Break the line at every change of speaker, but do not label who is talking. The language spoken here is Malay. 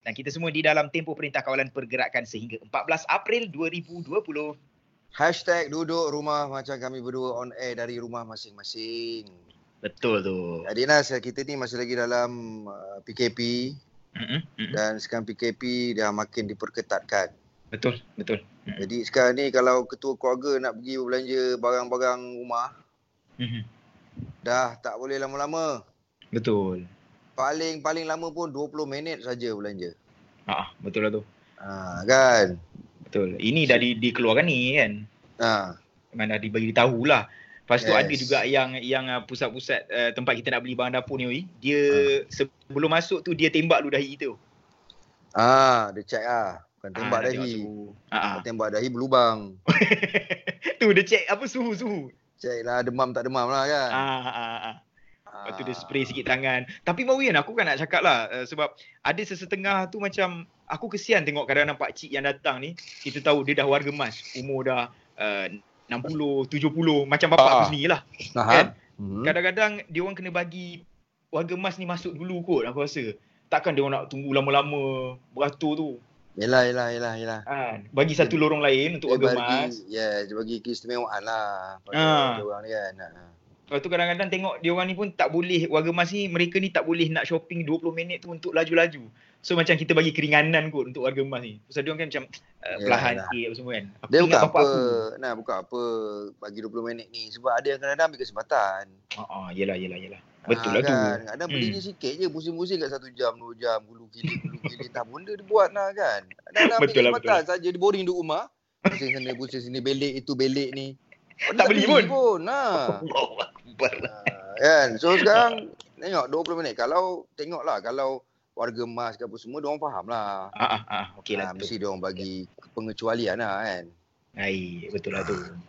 dan kita semua di dalam tempoh Perintah Kawalan Pergerakan sehingga 14 April 2020.
Hashtag duduk rumah macam kami berdua on air dari rumah masing-masing.
Betul tu.
Jadi Nas, kita ni masih lagi dalam uh, PKP
Mm-mm, mm-mm.
dan sekarang PKP dah makin diperketatkan.
Betul, betul.
Jadi sekarang ni kalau ketua keluarga nak pergi berbelanja barang-barang rumah,
Mm-hmm.
dah tak boleh lama-lama.
Betul.
Paling-paling lama pun 20 minit saja belanja.
Ah, betul lah tu.
Ha, kan?
Betul. Ini dah di, dikeluarkan ni kan.
Ha.
Mana dibagi tahu lah. Lepas tu
Yes.
ada juga yang yang uh, pusat-pusat uh, tempat kita nak beli bahan dapur ni Wi. Dia sebelum masuk tu dia tembak ludahi kita.
Ha, dia check lah. Bukan
Ah,
tembak
dia
dahi.
suhu. Ah, ah.
Bukan tembak dahi berlubang.
tu dia check apa suhu-suhu.
Check lah demam tak demam lah kan?
Ah, ah, ah.
Ha.
Lepas tu dia spray sikit tangan. Tapi Mawian aku kan nak cakap lah uh, sebab ada sesetengah tu macam aku kesian tengok kadang-kadang pak cik yang datang ni kita tahu dia dah warga emas, umur dah uh, 60, 70 macam bapak
Ah.
aku sendiri lah.
Faham?
kan?
Hmm.
Kadang-kadang dia orang kena bagi warga emas ni masuk dulu kot aku rasa. Takkan dia orang nak tunggu lama-lama beratur tu.
Yelah, yelah, yelah, yelah.
Ha, bagi satu lorong lain untuk
Dia
warga
bagi,
emas.
ya, dia bagi keistimewaan lah. Pada
Ah.
ha. orang ni kan. Ha.
Lepas tu kadang-kadang tengok dia orang ni pun tak boleh warga emas ni mereka ni tak boleh nak shopping 20 minit tu untuk laju-laju. So macam kita bagi keringanan kot untuk warga emas ni. Pasal dia orang kan macam uh, perlahan
Ya, Yalah.
sikit apa semua kan. Aku
Dia
ingat
bukan
bapak
apa,
aku.
nah bukan apa bagi 20 minit ni sebab ada yang kadang-kadang ambil kesempatan.
Ha ah, yelah yelah yelah. Betul
Ah,
lah tu.
kan? Kadang
Hmm.
belinya sikit je, pusing-pusing kat satu jam, dua jam, gulu kili, gulu kili. tak benda dia buat lah kan. Kadang-kadang ambil
Betul lah,
kesempatan saja, dia boring duduk rumah. Pusing sana, pusing sini, belik itu, belik ni. Oh, dia
Tak beli pun.
Nah.
Allahu Akbar.
Ah, kan so sekarang tengok 20 minit kalau tengoklah kalau warga emas ke apa semua dia orang faham lah
Ah ah ah okeylah
Ah,
tu.
mesti dia orang bagi pengecualian lah kan
Hai betul lah tu.